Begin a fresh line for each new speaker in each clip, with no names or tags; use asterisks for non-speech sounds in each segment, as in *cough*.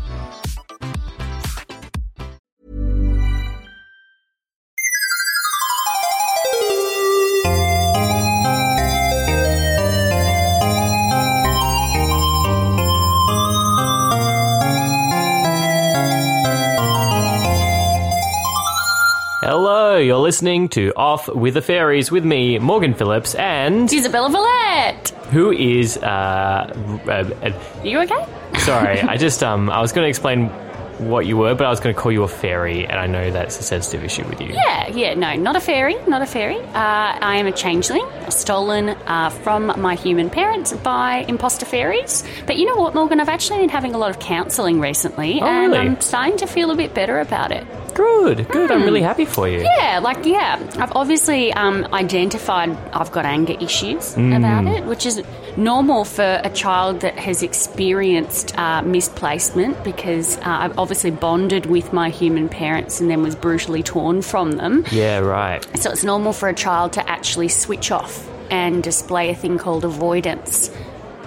Hello, you're listening to Off with the Fairies with me, Morgan Phillips, and
Isabella Villette.
who is uh, uh,
Are you okay?
uh
*laughs*
sorry, I just um I was going to explain what you were, but I was going to call you a fairy, and I know that's a sensitive issue with you.
Yeah, yeah, no, not a fairy, not a fairy. Uh, I am a changeling, stolen uh, from my human parents by imposter fairies. But you know what, Morgan? I've actually been having a lot of counselling recently,
Oh,
and
really?
I'm starting to feel a bit better about it.
Good, good. I'm really happy for you.
Hmm. Yeah, like yeah, I've obviously um, identified I've got anger issues about it, which is normal for a child that has experienced uh, misplacement because uh, I've obviously bonded with my human parents and then was brutally torn from them.
Yeah, right.
So it's normal for a child to actually switch off and display a thing called avoidance.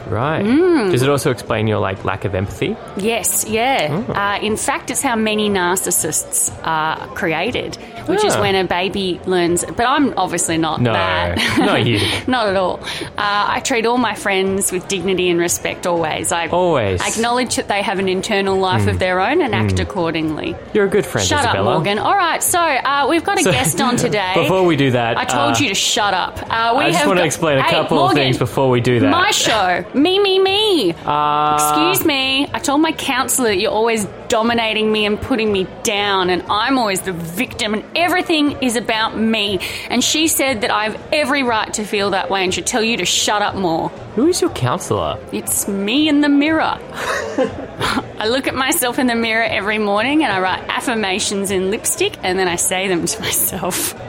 Right.
Hmm.
Does it also explain your like lack of empathy?
Yes,
Oh.
yeah. Uh, in fact, it's how many narcissists are created, which is
Ah.
when a baby learns. But I'm obviously not
No,
that.
*laughs* not you.
*laughs* Not at all. Uh, I treat all my friends with dignity and respect always. I
Always.
acknowledge that they have an internal life of their own and act accordingly.
You're a good friend,
Shut
Isabella.
up, Morgan. All right, so uh, we've got a
So-
guest
*laughs*
on today.
Before we do that,
I told
uh,
you to shut up. Uh, we
I just
have
want to
got-
explain a
Hey,
couple
Morgan,
of things before we do that.
My show, me, me, me.
Uh,
Excuse me, I told my counsellor that you're always dominating me and putting me down, and I'm always the victim, and everything is about me. And she said that I have every right to feel that way and should tell you to shut up more.
Who is your counselor?
It's me in the mirror. *laughs* I look at myself in the mirror every morning and I write affirmations in lipstick and then I say them to *laughs* myself.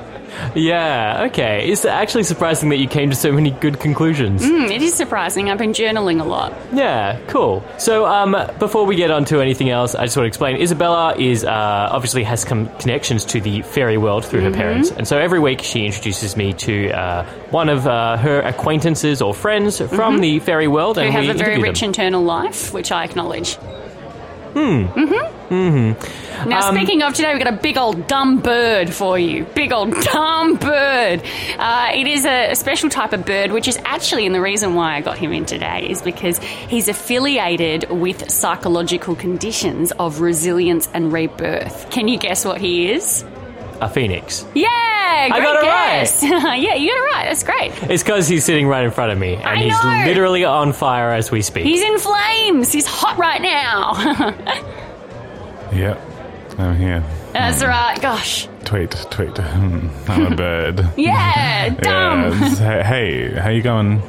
Yeah, okay. It's actually surprising that you came to so many good conclusions.
Hmm, it is surprising, I've been journaling a lot.
Yeah, cool. So, um, before we get on to anything else, I just want to explain. Isabella is uh, obviously has some connections to the fairy world through
Mm-hmm.
her parents, and so every week she introduces me to uh, one of uh, her acquaintances or friends from the fairy world,
Mm-hmm. Who
and
have
we
a very
interview
rich
them.
internal life, which I acknowledge. Hmm. Mm-hmm. Mm-hmm. Now,
Um,
speaking of today, we've got a big old dumb bird for you. Big old *laughs* dumb bird. Uh, it is a, a special type of bird, which is actually, and the reason why I got him in today is because he's affiliated with psychological conditions of resilience and rebirth. Can you guess what he is?
a phoenix.
Yeah, great
got it
guess. *laughs* yeah, you got it right. That's great.
It's because he's sitting right in front of me, and
I
he's
know!
literally on fire as we speak.
He's in flames. He's hot right now. *laughs*
Yep. I'm here.
That's right. Gosh.
Tweet, tweet. Hmm, I'm
*laughs*
a bird.
Yeah, dumb. *laughs*
Yes. Hey, hey, how you going?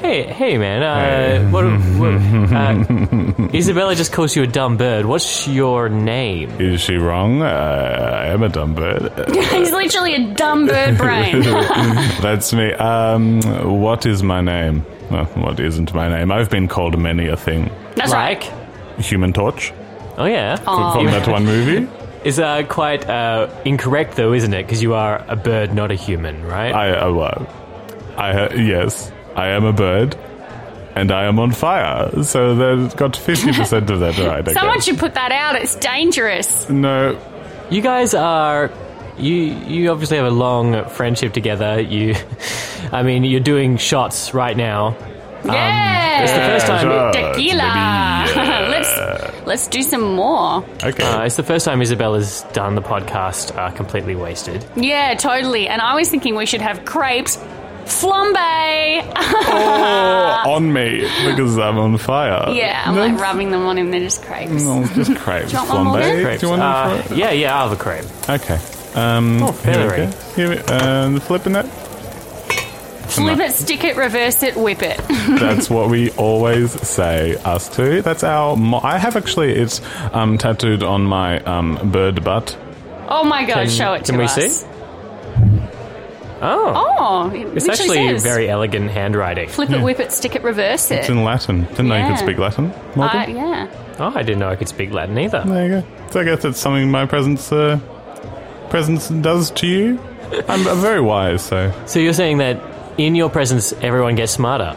hey, hey, man. Uh, what, what, uh, Isabella just calls you a dumb bird. What's your name?
Is she wrong? Uh, I am a dumb bird.
He's literally a
*laughs*
dumb bird brain.
*laughs* That's me. Um, what is my name? Well, what isn't my name? I've been called many a thing.
That's right.
like?
Human Torch
Oh yeah.
from that
*laughs*
one movie.
Is uh, quite uh, incorrect though, isn't it? Because you are a bird, not a human, right?
I uh, well, I uh, yes, I am a bird, and I am on fire. So that got fifty percent of that right. I
Someone
guess.
should put that out. It's dangerous.
No,
you guys are. You you obviously have a long friendship together. You, *laughs* I mean, you're doing shots right now.
yeah.
Um, It's the first time.
sure.
Tequila. *laughs*
Baby, yeah.
let's let's do some more.
okay.
Uh, it's the first time Isabella's done the podcast uh, completely wasted.
Yeah, totally. And I was thinking we should have crepes. Flambe. *laughs*
oh, on me because I'm on fire.
Yeah, I'm
no,
like rubbing them on him. They're just crepes.
Mm,
*laughs*
no, just crepes.
you want one more?
Flambe?
Crepes.
Do you want
Uh,
them?
yeah, yeah, I'll have a
Uh,
crepe.
Okay. Um,
Oh,
here we
feathery.
go. Here we, um, flipping it.
Flip it, stick it, reverse it, whip it. *laughs*
That's what we always say, us two. That's our. Mo- I have actually, it's um, tattooed on my um, bird butt.
Oh my god, show it to
can we
us.
see? Oh,
Oh, it
it's
literally
actually
says,
very elegant handwriting.
Flip it, whip it, stick it, reverse
It's
it.
in Latin. Didn't know you
Yeah.
could speak Latin, Morgan.
Uh, yeah.
Oh, I didn't know I could speak Latin either.
There you go. So I guess that's something my presence uh, presence does to you. I'm, I'm very wise, so
So you're saying that in your presence, everyone gets smarter.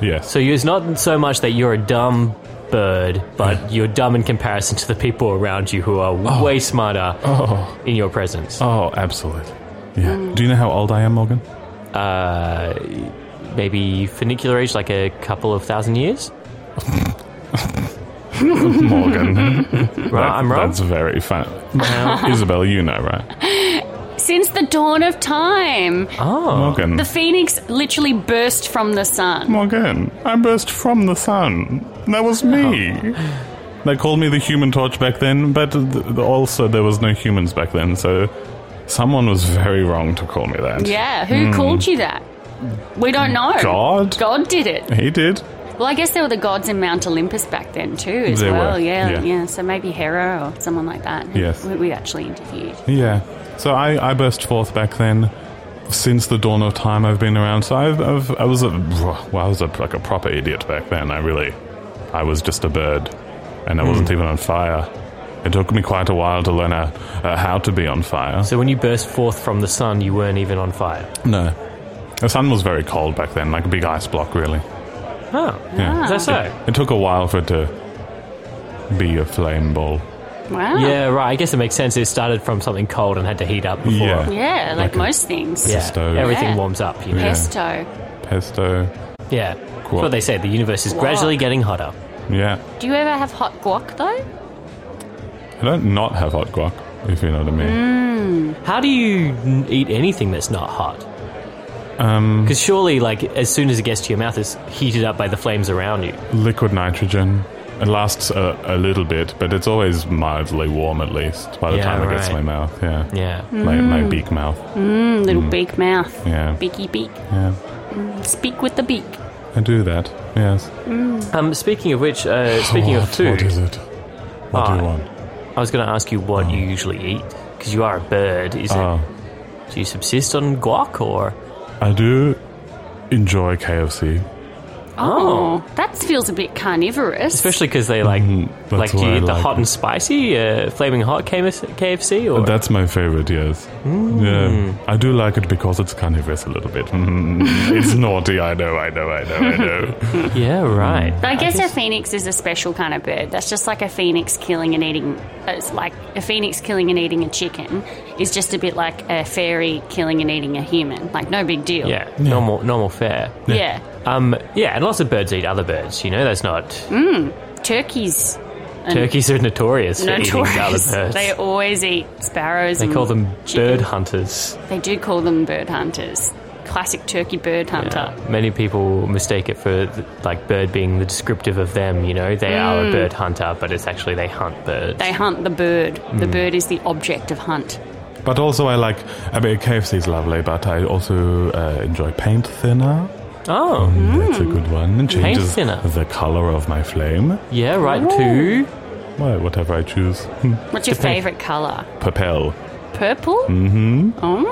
yes.
So you- it's not so much that you're a dumb bird, but you're dumb in comparison to the people around you who are way smarter
oh,
in your presence.
oh, absolutely. Yeah. Do you know how old I am,
*laughs*
Morgan?
Uh, maybe funicular age, like a couple of thousand years.
Morgan.
Right, I'm wrong.
That's very fun. *laughs* Isabel, you know, right?
Since the dawn of time,
Oh,
Morgan.
the phoenix literally burst from the sun.
Morgan. I burst from the sun. That was me.
Oh.
They called me the Human Torch back then, but th- th- also there was no humans back then, so someone was very wrong to call me that.
Yeah, who called you that? We don't know.
Hmm. God.
God did it.
He did.
Well, I guess there were the gods in Mount Olympus back then too, as
There
well.
were,
Yeah,
yeah.
yeah, So maybe Hera or someone like that.
Yes.
we, we actually interviewed.
Yeah. So I, I burst forth back then. Since the dawn of time, I've been around. So I've, I've I was a well, I was a, like a proper idiot back then. I really, I was just a bird, and I wasn't even on fire. It took me quite a while to learn uh, uh, how to be on fire.
so when you burst forth from the sun, you weren't even on fire.
No, the sun was very cold back then, like a big ice block, really.
Oh,
Yeah. Ah.
is that so?
It took a while for it to be a flame ball.
Wow.
Yeah, right. I guess it makes sense. It started from something cold and had to heat up before.
Yeah.
Yeah, like,
Like a-
most things.
Yeah,
stove.
everything
Yeah.
warms up. You know?
Yeah.
Pesto.
Pesto.
Yeah, that's what they say. The universe is gradually getting hotter.
Yeah,
Do you ever have hot guac though?
I don't not have hot guac, if you know what I mean.
How do you n- eat anything that's not hot?
Um,
Because surely, like, as soon as it gets to your mouth, it's heated up by the flames around you.
liquid nitrogen. It lasts a, a little bit, but it's always mildly warm at least by the
Yeah,
time it gets to
right.
my mouth. Yeah.
Yeah.
My, my beak mouth.
Little beak mouth.
Hmm. Yeah.
Beaky beak.
Yeah.
Speak with the beak.
I do that. Yes.
Um, speaking of which, uh, speaking
what,
of food,
Oh, What is it? What do
Ah.
you want?
I was going to ask you what you usually eat because you are a bird. Is
Mm. Oh,
it? Do you subsist on guac or?
I do enjoy KFC.
Oh, that feels a bit carnivorous.
Especially because they like,
Mhm,
like
that's
do
why
you
I
eat the
like
hot
it.
and spicy, uh, flaming hot KFC, or
That's my favorite, yes.
Mm.
Yeah. I do like it because it's carnivorous a little bit. *laughs* Mm, it's naughty, I know, I know, I know, I
*laughs*
know.
yeah, right.
But I guess a phoenix is a special kind of bird. That's just like a phoenix killing and eating. It's like a phoenix killing and eating a chicken is just a bit like a fairy killing and eating a human. Like no big deal.
Yeah, normal, normal fare.
Yeah.
Um, yeah, and lots of birds eat other birds. You know, that's not
Turkeys
*laughs* turkeys are notorious for eating other
notorious.
birds.
They always eat sparrows.
They
and
call them
chicken.
bird hunters.
They do call them bird hunters. Classic turkey bird hunter.
Uh, Many people mistake it for th- like bird being the descriptive of them. You know, they are a bird hunter, but it's actually they hunt birds.
Mm. They hunt the bird.
Mm.
The bird is the object of hunt.
but also, I like, I mean, KFC is lovely, but I also uh, enjoy paint thinner.
oh,
That's a good one. It changes
thinner.
the color of my flame.
yeah, right. Two.
Well, whatever I choose.
What's your favourite colour?
Papel.
Purple?
Oh,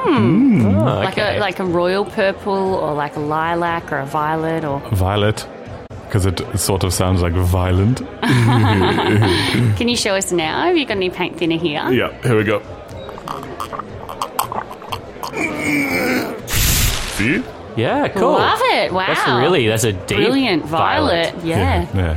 Like
okay.
a like a royal purple or like a lilac or a violet or
Violet. Because it sort of sounds like violent.
Can you show us now? Have you got any paint thinner here?
Yeah, here we go. See?
yeah, cool.
Love it. Wow.
That's really that's a deep
brilliant violet. Yeah.
Yeah.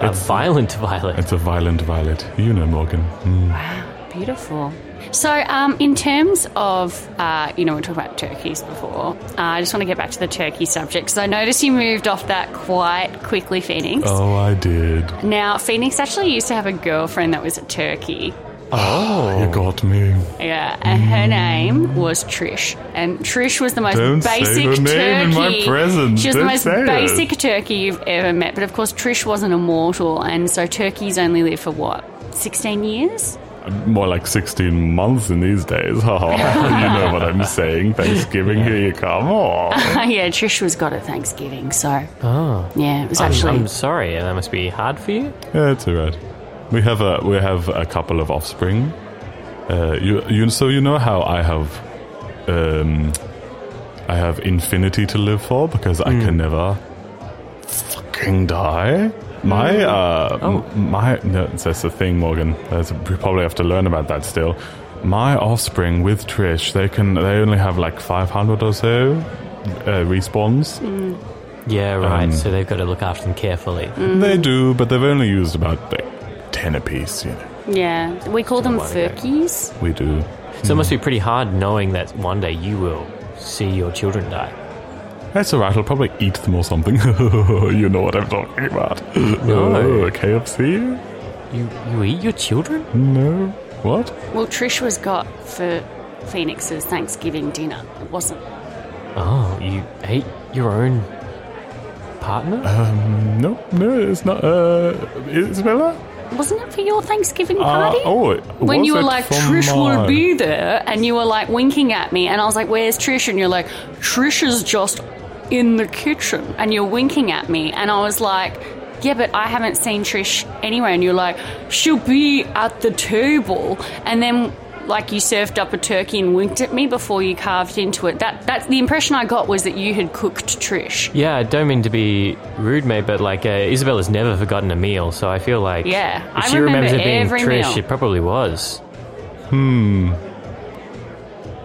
A violent violet.
It's a violent violet. You know, Morgan. Mm.
Beautiful. So, um, in terms of, uh, you know, we talked about turkeys before. Uh, I just want to get back to the turkey subject because I noticed you moved off that quite quickly, Phoenix.
Oh, I did.
Now, Phoenix actually used to have a girlfriend that was a turkey.
You got me.
Yeah, and Uh, her name was Trish, and Trish was the most
Don't say
basic
her name in my
turkey.
presence.
She was
Don't
the most
say it.
basic turkey you've ever met. But of course, Trish wasn't immortal, and so turkeys only live for what sixteen years. *laughs*
more like 16 months in these days. *laughs* Oh, you know what I'm saying. Thanksgiving, here you come. Oh.
yeah, Trish was got at Thanksgiving, so
Oh.
yeah, it was
I'm-
actually.
I'm, sorry. That must be hard for you.
Yeah, it's all right. We have a we have a couple of offspring. Uh, you you so you know how I have, um, I have infinity to live for because I can never fucking die. My uh, m- my no, that's the thing, Morgan. That's, we probably have to learn about that still. My offspring with Trish, they can they only have like five hundred or so uh, respawns.
Yeah, right. so they've got to look after them carefully.
Mm.
They do, but they've only used about like ten apiece. You know,
yeah, we call them
Somebody there.
furkies.
we do.
So it must be pretty hard knowing that one day you will see your children die.
That's alright, I'll probably eat them or something. *laughs* you know what I'm talking about. Oh, KFC?
You you eat your children?
No. What?
Well, Trish was got for Phoenix's Thanksgiving dinner. It wasn't.
Oh, you ate your own partner?
No, no, it's not. Uh, Isabella?
Wasn't it for your Thanksgiving
Uh,
party?
oh, it-
when
was
you were
it
like,
for
Trish will
my-
be there, and you were like winking at me, and I was like, Where's Trish? And you're like, Trish is just in the kitchen, and you're winking at me, and I was like, Yeah, but I haven't seen Trish anywhere, and you're like, She'll be at the table, and then like you served up a turkey and winked at me before you carved into it. That that's the impression I got was that you had cooked Trish.
Yeah, I don't mean to be rude, mate, but like uh, Isabella's never forgotten a meal, so I feel like
Yeah,
if
I
she remembers
remember
it being
every
Trish,
meal.
it probably was.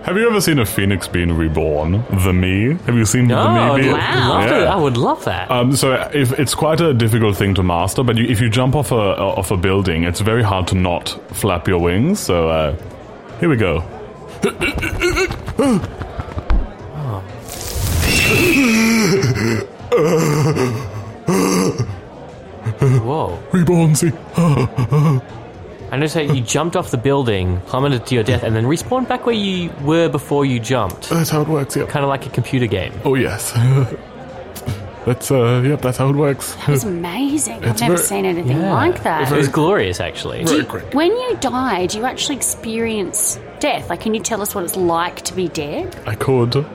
Have you ever seen a phoenix being reborn? The me? Have you seen
Oh,
the
I
me?
would
being-
love to- I would love that.
Um, so if, it's quite a difficult thing to master, but you, if you jump off a off a building, it's very hard to not flap your wings. So uh, here we go.
Whoa.
Reborn, see? *laughs*
I noticed that you jumped off the building, plummeted to your death, and then respawned back where you were before you jumped.
That's how it works. Yep.
Kind of like a computer game.
Oh yes. *laughs* that's uh yep, that's how it works.
It's amazing. I've
It's
never
very-
seen anything
Yeah.
like that.
It was glorious, actually.
Do you- when you die, do you actually experience death? Like, can you tell us what it's like to be dead?
I could. Do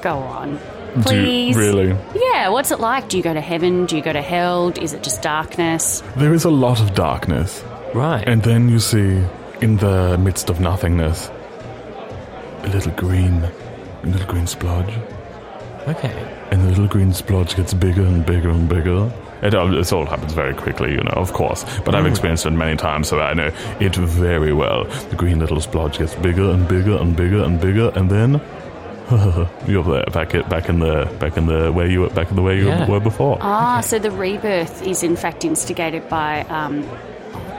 Go on.
you-
Please.
really.
Yeah, what's it like? Do you go to heaven? Do you go to hell? Is it just darkness?
There is a lot of darkness.
Right.
And then you see in the midst of nothingness a little green a little green splodge.
okay.
And the little green splodge gets bigger and bigger and bigger. Mm. It all, this all happens very quickly, you know, of course. But I've experienced it many times, so I know it very well. The green little splodge gets bigger and bigger and bigger and bigger, and then *laughs* you're there, back at, back in the back in the where you were- back in the way you
Yeah. Uh.
were before.
Ah, so the rebirth is in fact instigated by um,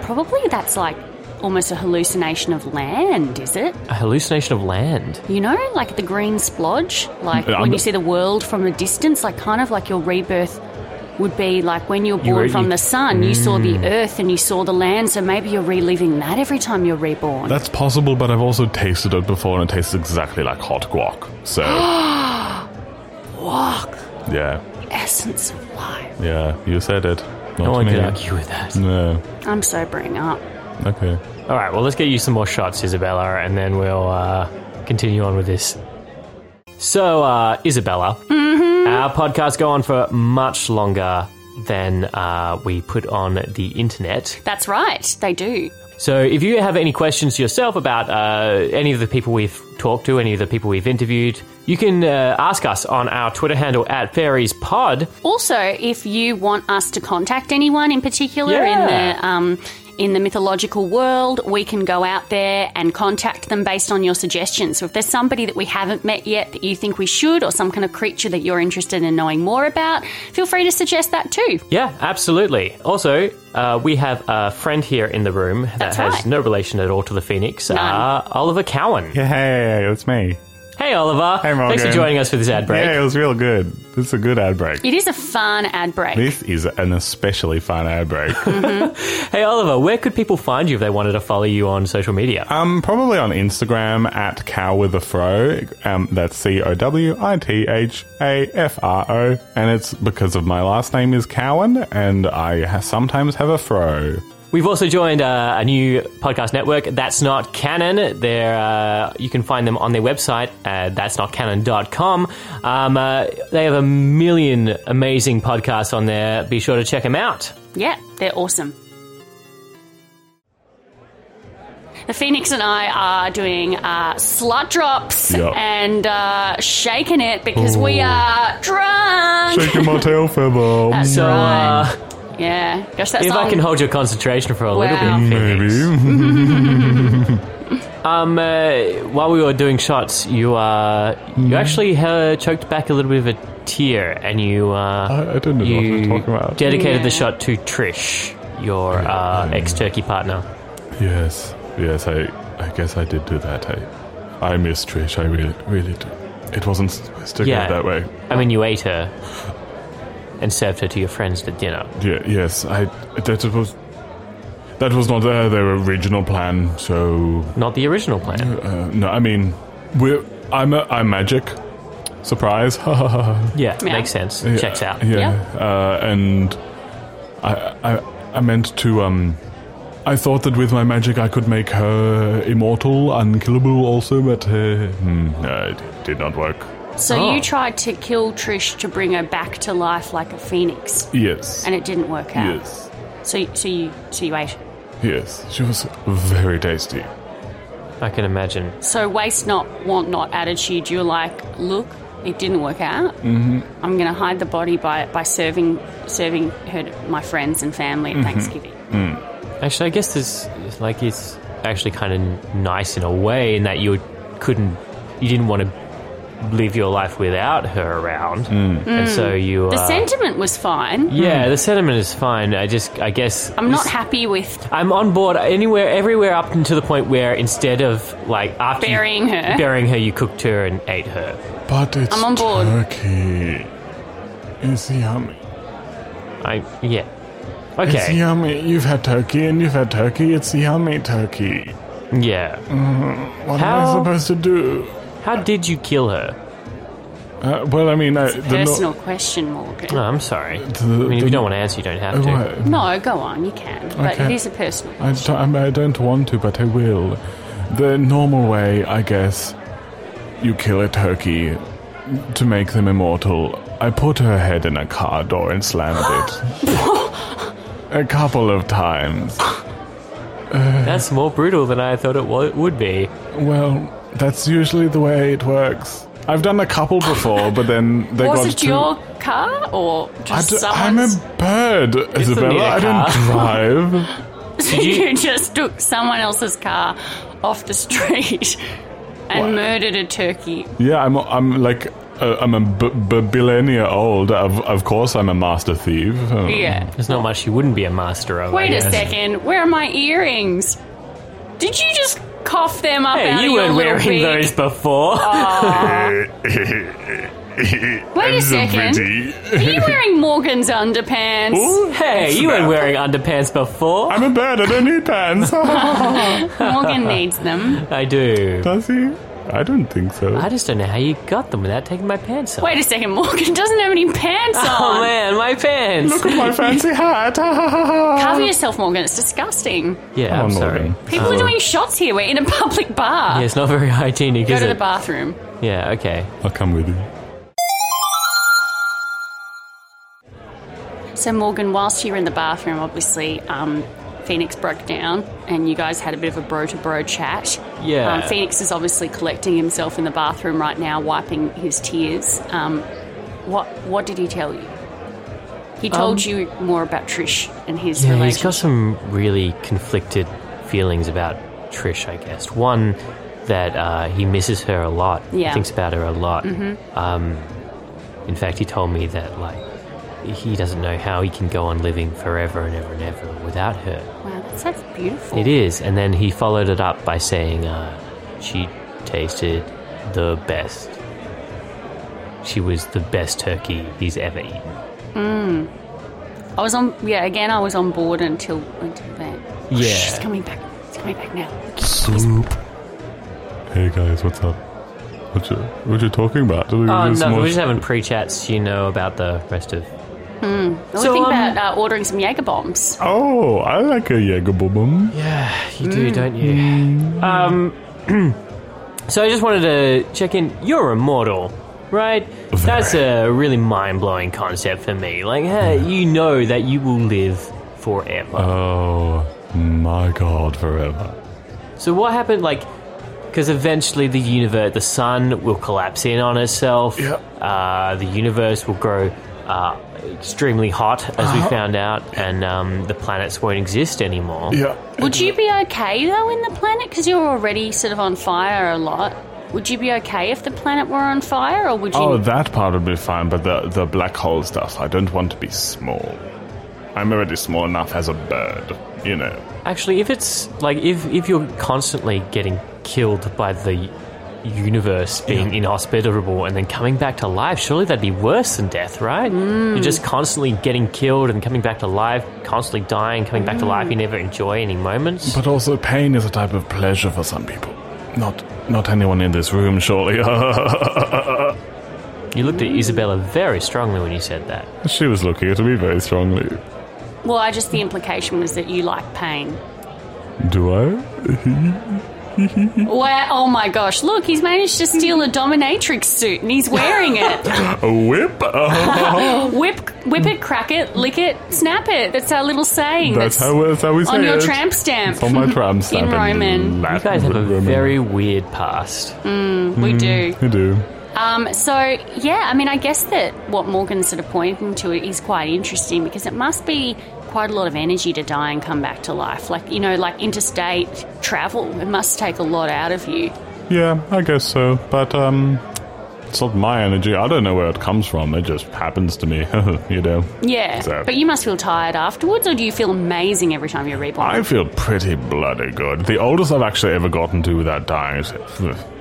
probably that's like almost a hallucination of land, is it?
A hallucination of land.
You know, like the green splodge, like
Yeah, I'm-
when you see the world from a distance, like kind of like your rebirth would be like when you're born
were-
from
you- Mm.
the sun, you saw the earth and you saw the land, so maybe you're reliving that every time you're reborn.
That's possible, but I've also tasted it before, and it tastes exactly like hot guac.
*gasps*
So
Walk,
yeah,
essence of life.
yeah, you said it. Not
No one
me.
could argue with that.
No.
I'm sobering up.
Okay.
All right, well, let's get you some more shots, Isabella, and then we'll uh, continue on with this. So, uh, Isabella,
Mm-hmm.
our podcasts go on for much longer than uh, we put on the internet.
That's right, they do.
So, if you have any questions yourself about uh, any of the people we've talked to, any of the people we've interviewed, you can uh, ask us on our Twitter handle at FairiesPod.
Also, if you want us to contact anyone in particular
Yeah.
in the um, in the mythological world, we can go out there and contact them based on your suggestions. So, if there's somebody that we haven't met yet that you think we should, or some kind of creature that you're interested in knowing more about, feel free to suggest that too.
Yeah, absolutely. Also, uh, we have a friend here in the room that
That's
has
right.
no relation at all to the Phoenix, uh,
None.
Oliver Cowan.
Hey, it's me.
Hey, Oliver.
Hey, Morgan.
Thanks for joining us for this ad break.
Yeah, it was real good. This is a good ad break.
It is a fun ad break.
This is an especially fun
*laughs*
ad break.
Hey, Oliver, where could people find you if they wanted to follow you on social media?
um, probably on Instagram at cow with a fro. Um, that's C O W I T H A F R O, and it's because of my last name is Cowan, and I ha- sometimes have a fro.
We've also joined uh, a new podcast network, That's Not Canon. They're, uh, you can find them on their website, uh, that'snotcanon.com. Um, uh, they have a million amazing podcasts on there. Be sure to check them out.
Yeah, they're awesome. The Phoenix and I are doing uh, slut drops
Yeah.
and uh, shaking it because we
Ooh.
are drunk.
Shaking my
*laughs*
tail feather.
That's
So,
right.
uh,
Yeah, gosh, that's
if I can hold your concentration for a little
Wow.
bit,
Maybe.
Phoenix. Um, uh, while we were doing shots, you uh,
Mm-hmm.
you actually uh, choked back a little bit of a tear, and you uh,
I- I don't know what
you
you're talking about.
dedicated the
Yeah.
shot to Trish, your uh, ex Turkey partner.
Yes, yes, I, I guess I did do that. I, I miss Trish. I really, really do. It wasn't supposed to
Yeah.
go that way.
I mean, you ate her and served her to your friends at dinner.
Yeah, yes, I. That was, that was not uh, their original plan. So
Not the original plan.
uh, no, I mean, we're. I'm. A, I'm magic. Surprise! *laughs* Ha ha ha. ha.
Yeah,
Yeah.
makes sense.
Yeah,
Checks out.
Yeah,
Yeah.
Uh, and I, I, I meant to. Um, I thought that with my magic I could make her immortal, unkillable, also, but uh, hmm, no, it did not work.
So
Oh.
you tried to kill Trish to bring her back to life like a phoenix,
Yes.
and it didn't work out.
yes.
So, so you, so you ate.
Yes. She was very tasty.
I can imagine.
So waste not, want not attitude. You're like, look, it didn't work out. Mm-hmm. I'm going to hide the body by by serving serving her to my friends and family
Mm-hmm.
at Thanksgiving.
Actually, I guess this is like it's actually kind of nice in a way in that you couldn't, you didn't want to live your life without her around,
Mm.
and so you.
Mm. The
uh,
sentiment was fine.
yeah, the sentiment is fine. I just, I guess,
I'm not happy with
I'm on board anywhere, everywhere up to the point where instead of like after you-
burying her.
burying her, you cooked her and ate her.
But it's
I'm on board.
turkey. It's yummy.
I yeah.
It's
Okay.
yummy. You've had turkey and you've had turkey. It's yummy turkey.
Yeah.
What am
How-
I supposed to do?
How did you kill her?
Uh, well, I mean, I, the no-
Personal question, Morgan.
Oh, I'm sorry. I
The-
mean, if
the-
you don't want to answer, you don't have to.
Why-
No, go on, you can. But
Okay.
it is a personal.
Oh, I don't, I'm- I don't want to, but I will. The normal way, I guess, you kill a turkey to make them immortal. I put her head in a car door and slammed
*laughs*
it. a couple of times.
That's more brutal than I thought it wa- would be.
Well, that's usually the way it works. I've done a couple before, but then they
Was
got
it
too.
your car or
I
just
d- I'm
someone's?
a
*laughs*
bird,
need
Isabella.
a car.
I don't drive.
you-
you, just took someone else's car off the street and
What?
murdered a turkey.
yeah, I'm. I'm like. Uh, I'm a b- b- millennia old. Of, of course, I'm a master thief.
*laughs*
Um,
Yeah.
There's not much you wouldn't be a master of. I
Wait a
guess.
second. Where are my earrings? Did you just cough them up out
Hey,
of
you
your
weren't
little Oh.
wearing
beak?
those before.
Wait a *laughs* second. Are you wearing Morgan's underpants?
*laughs* hey, you weren't wearing underpants before.
I'm a bird. I don't need pants. *laughs*
*laughs*
Morgan needs them.
I do.
Does he? I don't think so.
I just don't know how you got them without taking my pants off.
Wait a second. Morgan doesn't have any pants
Oh
on.
man, my
*laughs*
pants.
Look at my fancy hat. *laughs*
Cover yourself, Morgan. It's disgusting.
Yeah,
Come
I'm
on,
sorry.
Morgan.
People
Oh.
are doing shots here. We're in a public bar.
Yeah, it's not very *laughs* hygienic,
Go
is
to the
it?
bathroom.
Yeah, okay.
I'll come with you.
So, Morgan, whilst you were in the bathroom, obviously, um, Phoenix broke down and you guys had a bit of a bro to bro chat.
Yeah.
Um, Phoenix is obviously collecting himself in the bathroom right now, wiping his tears. Um, what What did he tell you? He told you more about Trish and his
Um, Yeah, he's
relationship.
got some really conflicted feelings about Trish, I guess. One, that uh, he misses her a lot,
Yeah. Mm-hmm.
thinks about her a lot. Um, in fact, he told me that, like, he doesn't know how he can go on living forever and ever and ever without her.
wow, that sounds beautiful.
It is. And then he followed it up by saying, uh, she tasted the best. She was the best turkey he's ever eaten.
I was on, yeah, again, I was on board until, until then.
Yeah.
She's coming back. She's coming back now.
Soup. Hey guys, what's up? What you, what you talking about?
Oh, no, we're just having pre chats, you know, about the rest of
Well,
So,
we think
um,
about uh, ordering some Jaeger bombs.
Oh, I like a Jägerboom.
Yeah, you do, don't you? Um, *clears throat* so I just wanted to check in. You're immortal, right? That's a really mind blowing concept for me. Like, hey, you know that you will live forever.
Oh my god, forever.
so what happened? Like, because eventually the universe, the sun will collapse in on itself.
Yeah.
Uh, the universe will grow. Uh, extremely hot, as we found out, and um, the planets won't exist anymore.
Yeah.
Would you be okay though in the planet? Because you're already sort of on fire a lot. Would you be okay if the planet were on fire, or would you?
Oh, that part would be fine, but the, the black hole stuff, I don't want to be small. I'm already small enough as a bird, you know.
Actually, if it's like if if you're constantly getting killed by the universe being inhospitable and then coming back to life, surely that'd be worse than death, right? You're just constantly getting killed and coming back to life, constantly dying, coming back to life. You never enjoy any moments.
But also, pain is a type of pleasure for some people. Not, not anyone in this room, surely. *laughs*
You looked at Isabella very strongly when you said that.
she was looking at me very strongly.
Well, I just the implication was that you like pain.
Do I?
Wow! Oh my gosh! Look, he's managed to steal a dominatrix suit, and he's wearing
*laughs*
it. Oh,
A whip? Oh.
whip, whip it, crack it, lick it, snap it. That's our little saying.
*laughs* that's, how, that's how we say
on your
it.
tramp stamp.
It's on my tram
*laughs*
stamp.
Roman.
You guys have a very weird past.
we do.
You do.
Um, so yeah, I mean, I guess that what Morgan's sort of pointing to is quite interesting because it must be quite a lot of energy to die and come back to life. Like you know, like interstate travel, it must take a lot out of you.
Yeah, I guess so. But um, it's not my energy. I don't know where it comes from. It just happens to me. *laughs* you know.
Yeah,
So-
but you must feel tired afterwards, or do you feel amazing every time you're reborn?
I feel pretty bloody good. The oldest I've actually ever gotten to without dying is uh, *sighs*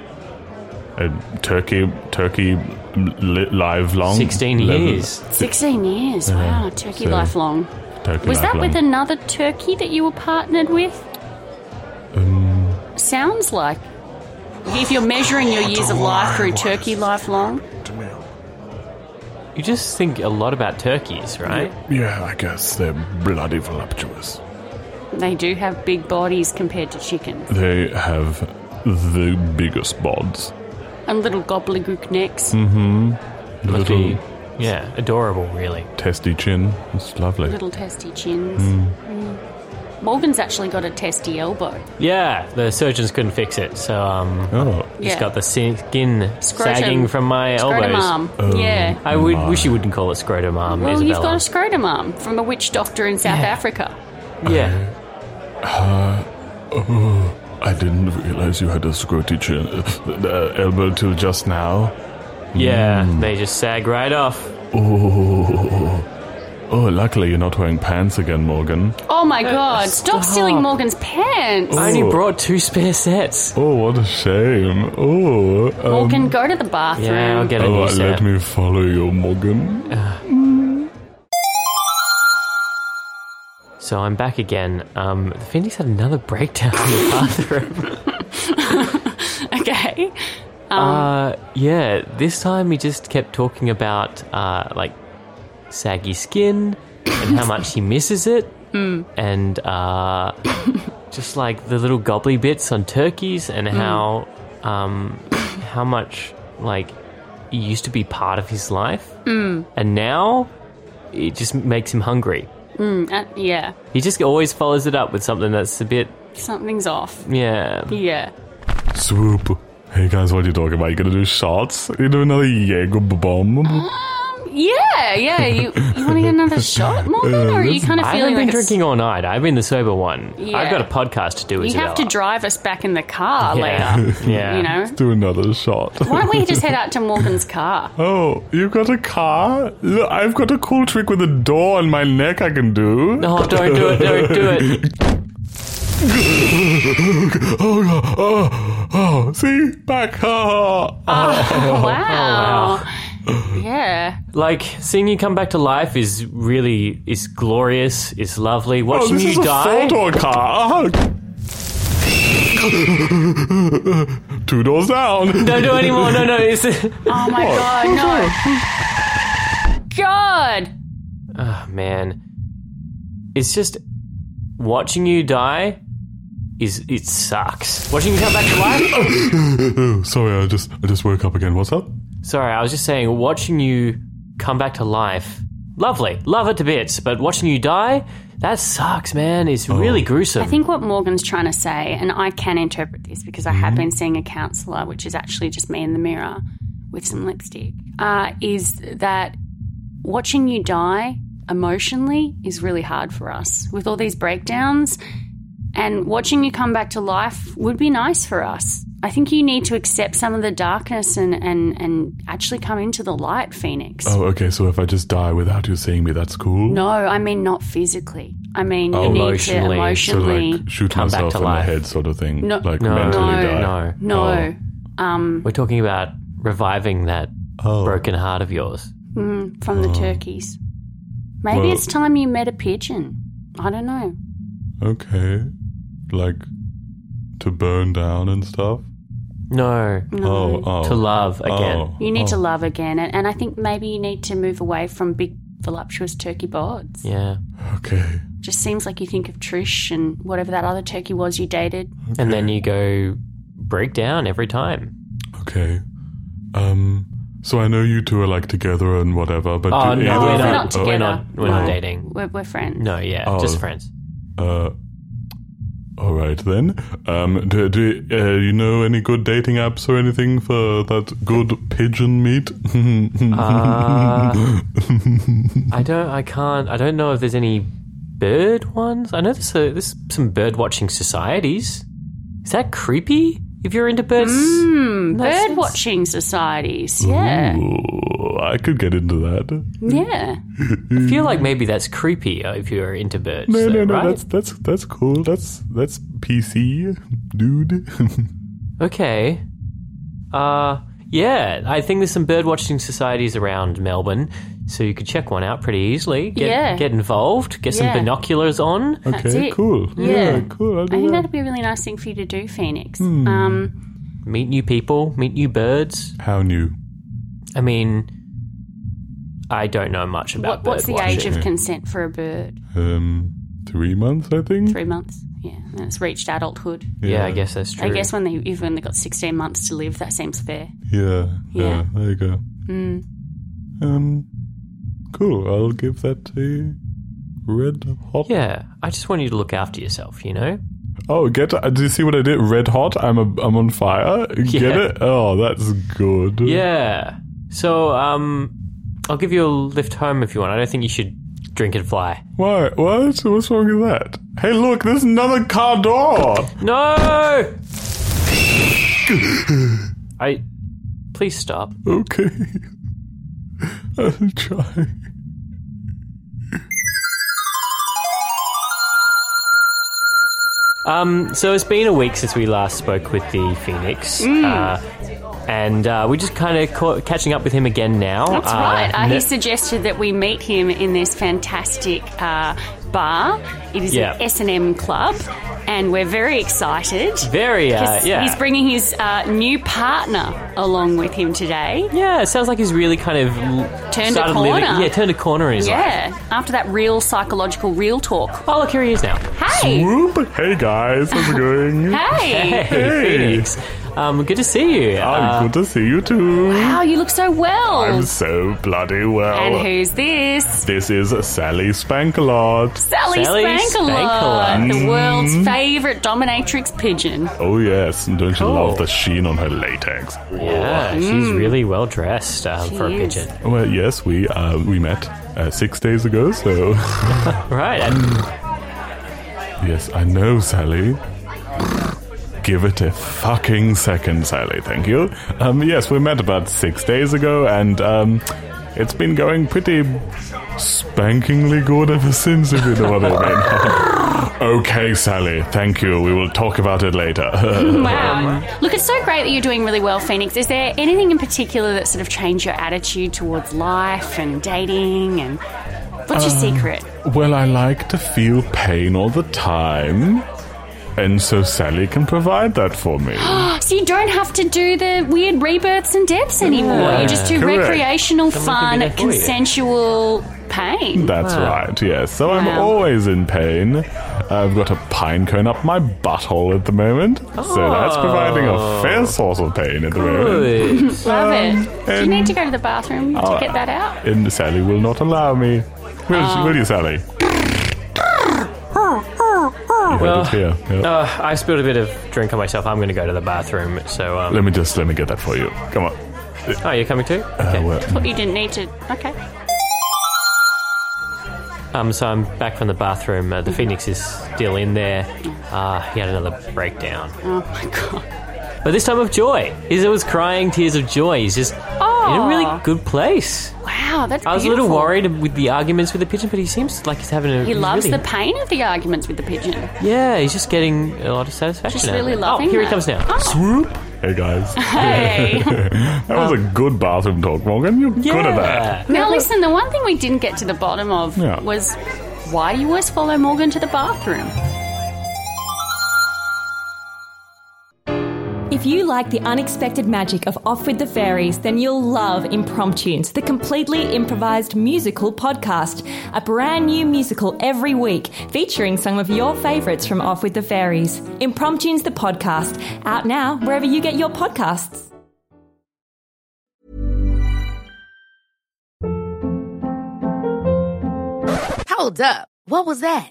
a turkey, turkey li- live long.
16
live-
years.
16 years. Wow, turkey
so-
lifelong.
Turkey
Was that
lifelong.
with another turkey that you were partnered with?
Um,
Sounds like. If you're measuring your years of life through turkey lifelong,
You just think a lot about turkeys, right?
Yeah, I guess they're bloody voluptuous.
they do have big bodies compared to chickens
They have the biggest bods.
and little gobbledygook necks,
Hmm. Must
Little
be, yeah, adorable, really.
testy chin. It's lovely.
little testy chins.
Hmm.
Mm. Morgan's actually got a testy elbow.
Yeah, the surgeons couldn't fix it, so um,
Oh.
Just
Yeah.
got the skin sagging from my
Scrotum
elbows. Oh. Mm.
arm. yeah.
I would wish you wouldn't call it scrotum arm,
Well,
Isabella.
you've got a scrotum arm from a witch doctor in South
Yeah.
Africa.
yeah,
Oh, I didn't realize you had a scroty chin, uh, elbow till just now.
yeah. They just sag right off.
Oh, oh, luckily you're not wearing pants again, Morgan.
Oh my
Uh,
god, stop,
stop. Oh.
stealing Morgan's pants!
I only brought two spare sets.
Oh, what a shame. Oh, um,
Morgan, go to the bathroom.
Yeah, I'll get a
oh
new
uh,
set.
let me follow you, Morgan.
So I'm back again. Um, the Phoenix had another breakdown in
*laughs*
the bathroom.
okay.
uh, yeah, this time he just kept talking about uh, like saggy skin and how much he misses
*laughs*
it,
Hmm.
and uh, just like the little gobbly bits on turkeys and
Hmm.
how um, how much like it used to be part of his life,
Hmm.
and now it just makes him hungry.
Uh, yeah,
He just always follows it up with something that's a bit
something's off.
yeah.
Yeah.
Swoop. Hey guys, what are you talking about? You gonna do shots? You do another Jaeger bomb?
Um, yeah, yeah. You, you want to get another shot, Morgan? Or
*laughs*
are you kind of
I
feeling
haven't been
like a s-
drinking all night. I've been the sober one.
Yeah.
I've got a podcast to do.
You have to drive us back in the car
Yeah.
later,
Yeah.
you know?
Do another shot.
Why don't
*laughs*
we just head out to Morgan's car?
Oh, you got a car? Look, I've got a cool trick with a door on my neck I can do.
No, don't do it. Don't do it.
Oh, God. oh, oh, see? Back. Ah.
wow. Yeah.
Like seeing you come back to life is really is glorious. Is lovely.
Oh,
Watching
this is
you
a
die.
four-door car. *laughs* Ah. Two doors down.
*laughs* Don't do it anymore.
*laughs*
No, no. It's,
Oh my god, no.
*laughs*
God!
Oh, man. It's just watching you die is it sucks. Watching you come back to life?
*coughs* Oh, sorry, I just I just woke up again. What's up?
Sorry, I was just saying watching you come back to life. Lovely. Love it to bits, but watching you die, that sucks, man. It's really gruesome.
I think what Morgan's trying to say, and I can interpret this because I
Mm-hmm.
have been seeing a counsellor, which is actually just me in the mirror with some lipstick, uh, is that watching you die emotionally is really hard for us with all these breakdowns. And watching you come back to life would be nice for us. I think you need to accept some of the darkness and, and, and actually come into the light, Phoenix.
Oh, okay. So if I just die without you seeing me, that's cool.
No, I mean not physically. I mean you need to
Oh,
Emotionally.
So
emotionally.
like shoot
Come back
myself
to
in the
life.
head, sort of thing.
No.
like
No.
mentally
No.
die.
No.
no, Um,
We're talking about reviving that
Oh.
broken heart of yours.
Mm, from
Oh.
the turkeys. Maybe
Well-
it's time you met a pigeon. I don't know.
Okay. Like to burn down and stuff.
No.
Oh, oh.
To love again.
Oh,
You need to
oh.
love again, and, and I think maybe you need to move away from big voluptuous turkey boards.
Yeah.
Oh, Okay.
Just seems like you think of Trish and whatever that other turkey was you dated.
And then you go break down every time.
Okay. Um. So I know you two are like together and whatever, but
Oh,
do
no,
either
we're
of
we're
you-
not
oh,
together.
we're not- we're not
No.
dating.
We're, we're friends.
No, yeah,
Oh.
just friends.
Uh, all right then. Um, do, do uh, you know any good dating apps or anything for that good pigeon meat?
*laughs* Uh, I don't. I can't. I don't know if there's any bird ones. I know there's, a, there's some bird watching societies. Is that creepy? If you're into birds,
Mm, Bird watching societies.
Mm-hmm. Uh,
Yeah.
*laughs* Ooh, I could get into that.
Yeah.
I feel like maybe that's creepy uh, if you're into birds.
Mm. No,
though,
no, no.
right?
That's that's that's cool. That's that's PC, dude. *laughs*
Okay. Uh, yeah, I think there's some bird watching societies around Melbourne, so you could check one out pretty easily. Get,
Yeah.
get involved, get some
Yeah.
binoculars on.
okay,
it.
cool.
Yeah.
cool. I'll do
I think
that.
that'd be a really nice thing for you to do, Phoenix.
Hmm.
Um,
Meet new people, meet new birds.
How new?
I mean, I don't know much about
What, what's
bird
the age
watching.
of consent for a bird?
Um, three months, I think.
Three months. Yeah, and it's reached adulthood.
Yeah, I guess that's true.
I guess when they even when they got sixteen months to live, that seems fair.
Yeah, yeah,
Yeah.
there you go.
Hmm.
Um, cool. I'll give that a red hot.
Yeah, I just want you to look after yourself, you know?
Oh, get! uh, Do you see what I did? Red hot. I'm a, I'm on fire.
*laughs*
Get
Yeah.
it? Oh, that's good.
Yeah. So, um, I'll give you a lift home if you want. I don't think you should drink and fly.
Why? What? What's wrong with that? Hey, look! There's another car door. *laughs*
No! I. Please stop.
Okay. *laughs* I'll
*laughs*
try.
Um, so it's been a week since we last spoke with the Phoenix.
Mm.
Uh, and uh, we're just kind of ca- catching up with him again now.
That's
Uh,
right. Uh,
ne-
he suggested that we meet him in this fantastic uh, bar. It is
Yeah.
an S and M club, and we're very excited.
very, uh,
'Cause
yeah.
He's bringing his uh, new partner along with him today.
yeah, it sounds like he's really kind of l-
Turned a
started
corner.
Living, yeah, turned a corner in his life.
Yeah. After that real psychological real talk.
Oh, look, here he is now.
Hey.
Whoop! Hey guys, how's it going?
Hey, *laughs*
Hey.
Phoenix. Um, good to see you.
Oh,
Uh,
good to see you too.
Wow, you look so well.
I'm so bloody well.
and who's this?
This is Sally Spankalot.
Sally,
Sally Mm-hmm.
Spankalot,
Spankalot.
the world's favourite dominatrix pigeon.
Oh yes, and don't
Cool.
you love the sheen on her latex?
yeah, she's really well dressed um, for a
Mm. She is.
pigeon.
Well, yes, we uh, we met uh, six days ago. So *laughs*
Right.
*clears throat*
And
yes, I know Sally. Give it a fucking second, Sally. Thank you. Um, yes, we met about six days ago, and um, it's been going pretty spankingly good ever since. If you know what I mean. *laughs* okay, Sally. Thank you. We will talk about it later. *laughs*
Wow. Look, it's so great that you're doing really well, Phoenix. Is there anything in particular that sort of changed your attitude towards life and dating and what's your secret? *gasps*
Well, I like to feel pain all the time. And so Sally can provide that for
*gasps*
me.
So you don't have to do the weird rebirths and deaths anymore. You just do
Correct.
recreational, fun,
there for you.
consensual pain.
That's right, yes. So I'm
Wow.
always in pain. I've got a pine cone up my butthole at the moment. So
Oh.
that's providing a fair source of pain at the moment. Um,
Good.
Love it. Do you
and-
need to go to the bathroom to get that out?
And Sally will not allow me. Will,
Oh.
will you, Sally? you heard it here. yeah.
Uh, I spilled a bit of drink on myself. I'm going to go to the bathroom. So, um,
Let me just let me get that for you. Come on.
oh, you're coming too?
Uh,
Okay.
well,
You didn't need to. Okay.
Um, so I'm back from the bathroom. Uh, the Phoenix is still in there. Uh, he had another breakdown,
Oh my *laughs* god.
but this time of joy. He was crying tears of joy. He's just in a
Oh.
really good place.
Wow, that's.
I was a
beautiful.
little worried with the arguments with the pigeon, but he seems like he's having a.
He
he's
loves
really-
the pain of the arguments with the pigeon.
Yeah, he's just getting a lot of satisfaction.
Just
out of
really
it.
loving
Oh, here he
that.
comes now.
swoop. Hey guys,
*laughs* Hey.
*laughs* that was a good bathroom talk, Morgan. You're good at that.
now listen, the one thing we didn't get to the bottom of
Yeah.
was why do you always follow Morgan to the bathroom?
If you like the unexpected magic of Off with the Fairies, then you'll love Impromptunes, the completely improvised musical podcast. A brand new musical every week featuring some of your favourites from Off with the Fairies. Impromptunes, the podcast, out now wherever you get your podcasts.
Hold up. What was that?